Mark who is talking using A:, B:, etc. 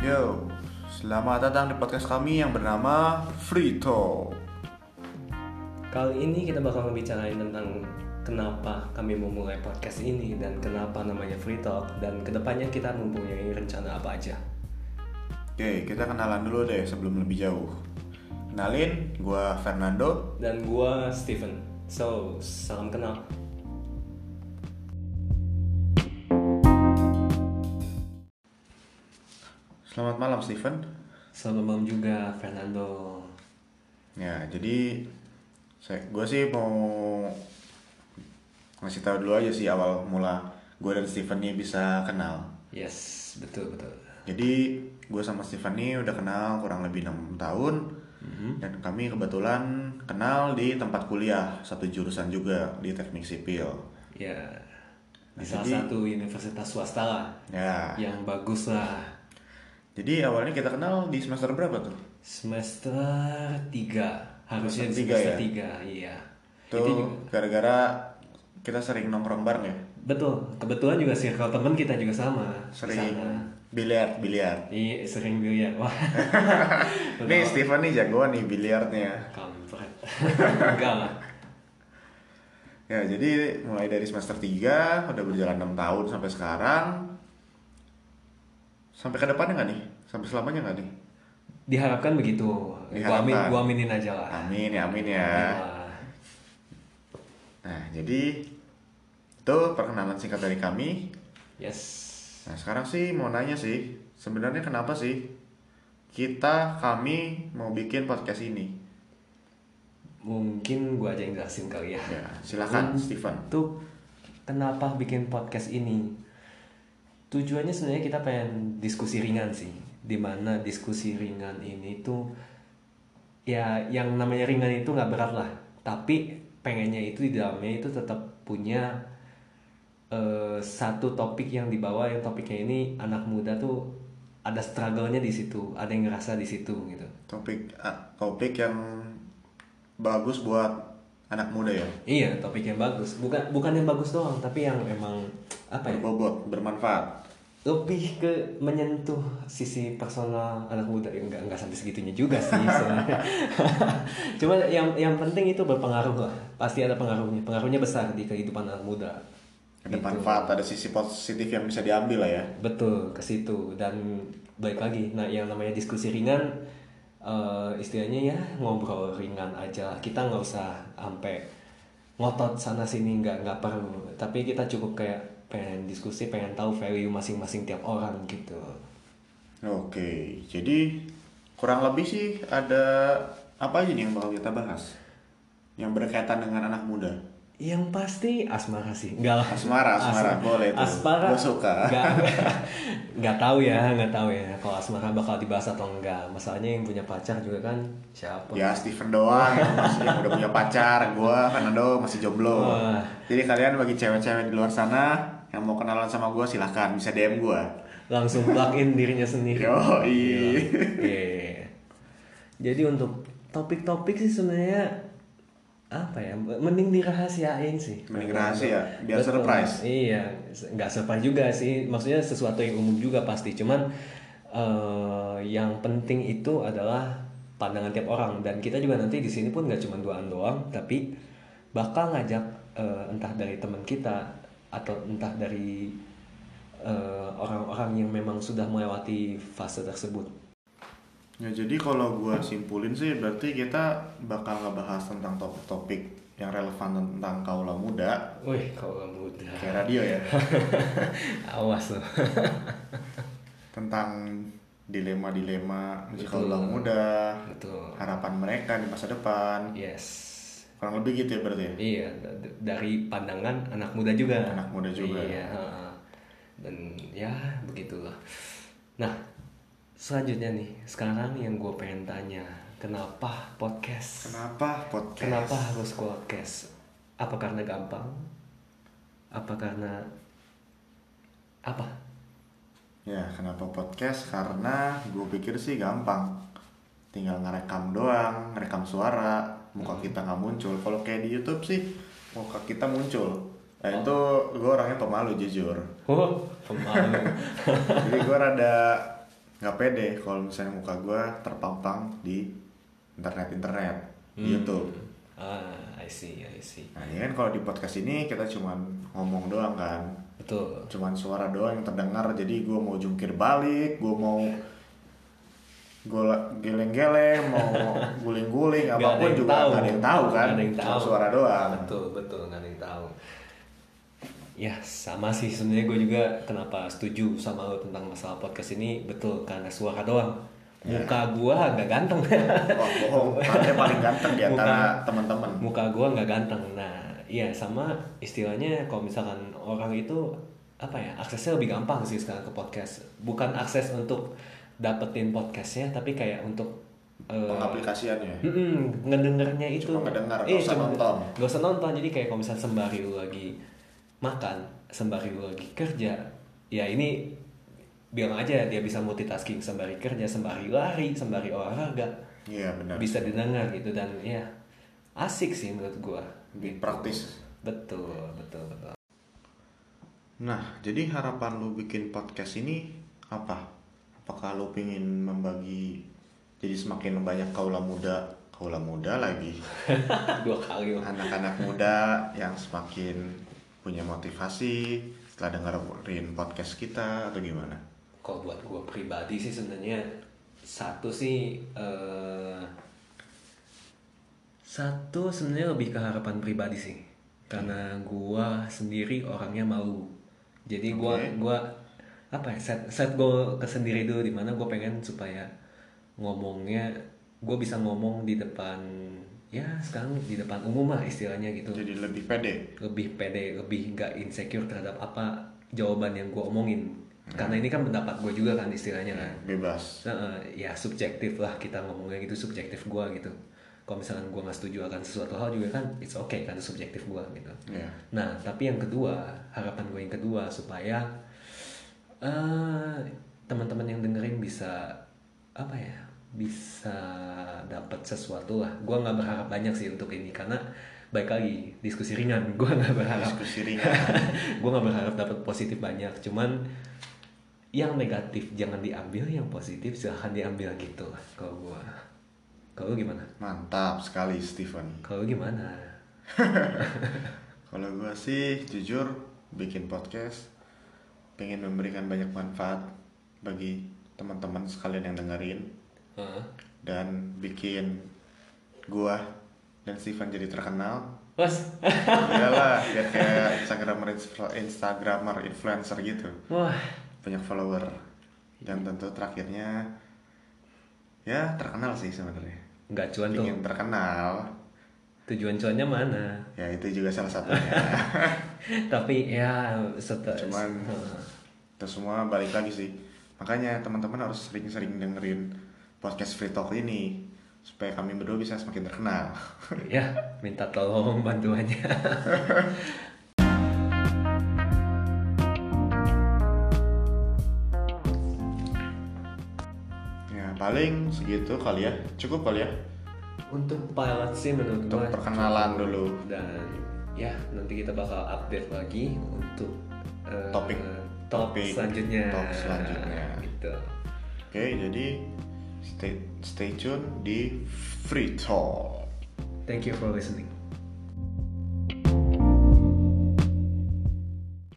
A: Yo, selamat datang di podcast kami yang bernama Free Talk.
B: Kali ini kita bakal ngebicarain tentang kenapa kami memulai podcast ini dan kenapa namanya Free Talk dan kedepannya kita mempunyai rencana apa aja.
A: Oke, kita kenalan dulu deh sebelum lebih jauh. Kenalin, gua Fernando.
B: Dan gua Steven. So, salam kenal.
A: Selamat malam Steven.
B: Selamat malam juga Fernando.
A: Ya, jadi saya gua sih mau ngasih tahu dulu aja sih awal mula gua dan Steven nih bisa kenal.
B: Yes, betul betul.
A: Jadi gue sama Steven nih udah kenal kurang lebih enam tahun
B: Mm-hmm.
A: dan kami kebetulan kenal di tempat kuliah satu jurusan juga di teknik sipil.
B: Ya, di
A: Nah,
B: salah
A: jadi-
B: satu universitas swasta lah
A: Ya,
B: yang bagus lah.
A: jadi awalnya kita kenal di semester berapa tuh?
B: Semester 3 harusnya di
A: Semester tiga
B: semester
A: ya?
B: 3 iya. Itu juga-
A: Tuh gara-gara kita sering nongkrong bareng ya,
B: Betul, kebetulan juga circle temen kita juga sama di
A: sering
B: sana.
A: biliar biliar.
B: Iya, sering biliar. Wah.
A: Nih Steven nih jagoan nih biliarnya.
B: Kampret. Enggak lah.
A: Ya jadi mulai dari semester 3 udah berjalan 6 tahun sampai sekarang. Sampai ke depannya nggak nih? Sampai selamanya nggak nih?
B: Diharapkan begitu. Gua amin,
A: Diharapkan.
B: gua aminin aja lah.
A: Amin ya amin ya.
B: Nah,
A: Nah jadi itu perkenalan singkat dari kami.
B: Yes.
A: Nah sekarang sih mau nanya sih sebenarnya kenapa sih kita kami mau bikin podcast ini?
B: Mungkin gua aja yang jelasin kali ya.
A: Ya silakan Steven.
B: Tuh kenapa bikin podcast ini? Tujuannya sebenarnya kita pengen diskusi ringan sih. Dimana diskusi ringan ini tuh ya yang namanya ringan itu nggak berat lah. Tapi pengennya itu di dalamnya itu tetap punya eh, satu topik yang dibawa yang topiknya ini anak muda tuh ada struggle-nya di situ, ada yang ngerasa di situ gitu.
A: Topik ah, topik yang bagus buat anak muda ya.
B: Iya, topik yang bagus. Bukan bukan yang bagus doang, tapi yang emang apa ya?
A: Berbobot, bermanfaat.
B: lebih ke menyentuh sisi personal anak muda ya nggak nggak sampai segitunya juga sih sebenarnya cuma yang yang penting itu berpengaruh lah pasti ada pengaruhnya pengaruhnya besar di kehidupan anak muda
A: ada
B: Gitu.
A: manfaat ada sisi positif yang bisa diambil lah ya
B: betul ke situ dan baik lagi nah yang namanya diskusi ringan eh, istilahnya ya ngobrol ringan aja lah. kita nggak usah sampai ngotot sana sini nggak nggak perlu tapi kita cukup kayak pengen diskusi pengen tahu value masing-masing tiap orang gitu
A: oke jadi kurang lebih sih ada apa aja nih yang bakal kita bahas yang berkaitan dengan anak muda
B: Yang pasti asmara sih. Enggak lah.
A: Asmara, asmara. Boleh tuh.
B: Asmara.
A: Gua suka.
B: Enggak. Enggak tahu ya, enggak tahu ya kalau asmara bakal dibahas atau enggak. Masalahnya yang punya pacar juga kan siapa?
A: ya Steven doang yang masih yang udah punya pacar gua Fernando masih jomblo
B: Wah.
A: jadi kalian bagi cewek-cewek di luar sana yang mau kenalan sama gua silahkan bisa DM gua
B: Langsung plug in dirinya sendiri.
A: yo
B: Iya. Jadi untuk topik-topik sih sebenarnya apa ya? Mending dirahasiain sih.
A: Mending rahasia, biar
B: Betul.
A: surprise.
B: Iya, nggak surprise juga sih. Maksudnya sesuatu yang umum juga pasti. Cuman eh, yang penting itu adalah pandangan tiap orang dan kita juga nanti di sini pun nggak cuma doaan doang, tapi bakal ngajak eh, entah dari teman kita atau entah dari eh, orang-orang yang memang sudah melewati fase tersebut.
A: Ya jadi kalau gua simpulin sih berarti kita bakal ngebahas tentang topik-topik yang relevan tentang kaula muda
B: Wih, kalau muda.
A: kayak radio ya
B: Awas loh.
A: tentang dilema-dilema di
B: Betul.
A: kaula muda
B: Betul.
A: harapan mereka di masa depan
B: Yes.
A: kurang lebih gitu ya berarti ya?
B: Iya, d- dari pandangan anak muda juga.
A: Anak muda juga.
B: Iya. heeh. Dan ya begitulah. Nah, selanjutnya nih, sekarang yang gue pengen tanya, kenapa podcast?
A: kenapa podcast
B: Kenapa harus podcast? Apa karena gampang? Apa karena apa?
A: ya kenapa podcast karena gue pikir sih gampang tinggal ngerekam doang ngerekam suara muka kita nggak muncul kalau kayak di YouTube sih muka kita muncul Nah, itu gue orangnya pemalu jujur
B: Oh, pemalu.
A: jadi gue rada nggak pede kalau misalnya muka gue terpampang di internet internet di
B: Hmm.
A: YouTube
B: Ah, I see, I see.
A: nah ini kan kalau di podcast ini kita cuman ngomong doang kan
B: Betul.
A: cuman suara doang yang terdengar jadi gue mau jungkir balik gue mau gue geleng-geleng mau guling-guling
B: Nggak
A: apapun
B: ada yang
A: juga
B: tahu.
A: nggak ada yang tahu kan
B: Nggak ada yang
A: cuma
B: tahu.
A: suara doang
B: Betul, betul, nggak ada yang tahu. Ya, sama sih sebenarnya gue juga kenapa setuju sama lo tentang masalah podcast ini betul karena suara doang. Muka gue agak ganteng.
A: oh bohong Andre paling ganteng di antara
B: Bukan.
A: teman-teman
B: Muka gue nggak ganteng. Nah, iya sama istilahnya kalau misalkan orang itu apa ya aksesnya lebih gampang sih sekarang ke podcast. Bukan akses untuk dapetin podcastnya, tapi kayak untuk eh,
A: pengaplikasiannya
B: Mm-mm, ngedengarnya itu Eh,
A: Cuma ngedengar, nggak usah
B: cuma-
A: nonton.
B: nggak usah nonton jadi kayak kalau misalnya sembari lu lagi makan sembari lu lagi kerja ya ini bilang aja dia bisa multitasking sembari kerja sembari lari sembari olahraga
A: iya benar
B: bisa didengar gitu dan ya asik sih menurut gua
A: lebih praktis
B: betul betul betul
A: Nah, jadi harapan lu bikin podcast ini apa? Apakah lu pingin membagi jadi semakin banyak kaula muda, kaula muda lagi,
B: dua kali lah.
A: anak-anak muda yang semakin punya motivasi setelah dengerin podcast kita atau gimana?
B: kalau buat gue pribadi sih sebenarnya satu sih eh, satu sebenarnya lebih ke harapan pribadi sih karena gue sendiri orangnya malu jadi gue
A: Oke.
B: gua apa ya set set gue kesendiri dulu dimana gue pengen supaya ngomongnya gue bisa ngomong di depan ya sekarang di depan umum lah istilahnya gitu
A: Jadi lebih pede.
B: lebih pede, lebih nggak insecure terhadap apa jawaban yang gue omongin. Karena ini kan pendapat gue juga kan istilahnya kan.
A: Bebas.
B: Nah, eh, ya subjektif lah kita ngomongnya gitu subjektif gue gitu. Kalau misalkan gue nggak setuju akan sesuatu hal juga kan, it's okay kan subjektif gue gitu.
A: Ya.
B: Nah, tapi yang kedua, harapan gue yang kedua supaya eh, teman-teman yang dengerin bisa apa ya? Bisa dapat sesuatu lah. Gue nggak berharap banyak sih untuk ini karena baik lagi diskusi ringan. Gue nggak berharap.
A: Diskusi ringan.
B: gue nggak berharap dapat positif banyak. Cuman yang negatif jangan diambil, yang positif silahkan diambil gitu lah. Kalau gue, kalau lu gimana?
A: Mantap sekali Steven.
B: Kalau lu gimana?
A: Kalau gue sih jujur bikin podcast pengen memberikan banyak manfaat bagi teman-teman sekalian yang dengerin
B: Heeh.
A: dan bikin gua dan Steven jadi terkenal.
B: Bos,
A: Iyalah, biar kayak Instagramer Instagramer influencer gitu.
B: wah,
A: Banyak follower dan tentu terakhirnya ya terkenal sih sebenarnya.
B: nggak cuan tuh.
A: Ingin terkenal,
B: tujuan cuannya mana
A: ya itu juga salah satunya.
B: tapi ya setelah
A: Cuman- Itu semua balik lagi sih. Makanya teman-teman harus sering-sering dengerin podcast Free Talk ini supaya kami berdua bisa semakin terkenal.
B: ya minta tolong bantuannya
A: Ya, paling segitu kali ya. Cukup kali ya
B: untuk pilot sih menurut
A: untuk
B: gua
A: perkenalan dulu.
B: dan ya nanti kita bakal update lagi untuk eh,
A: Topik.
B: top
A: Topik.
B: selanjutnya
A: Top selanjutnya.
B: gitu
A: Oke, jadi stay stay tune di Free Talk.
B: thank you for listening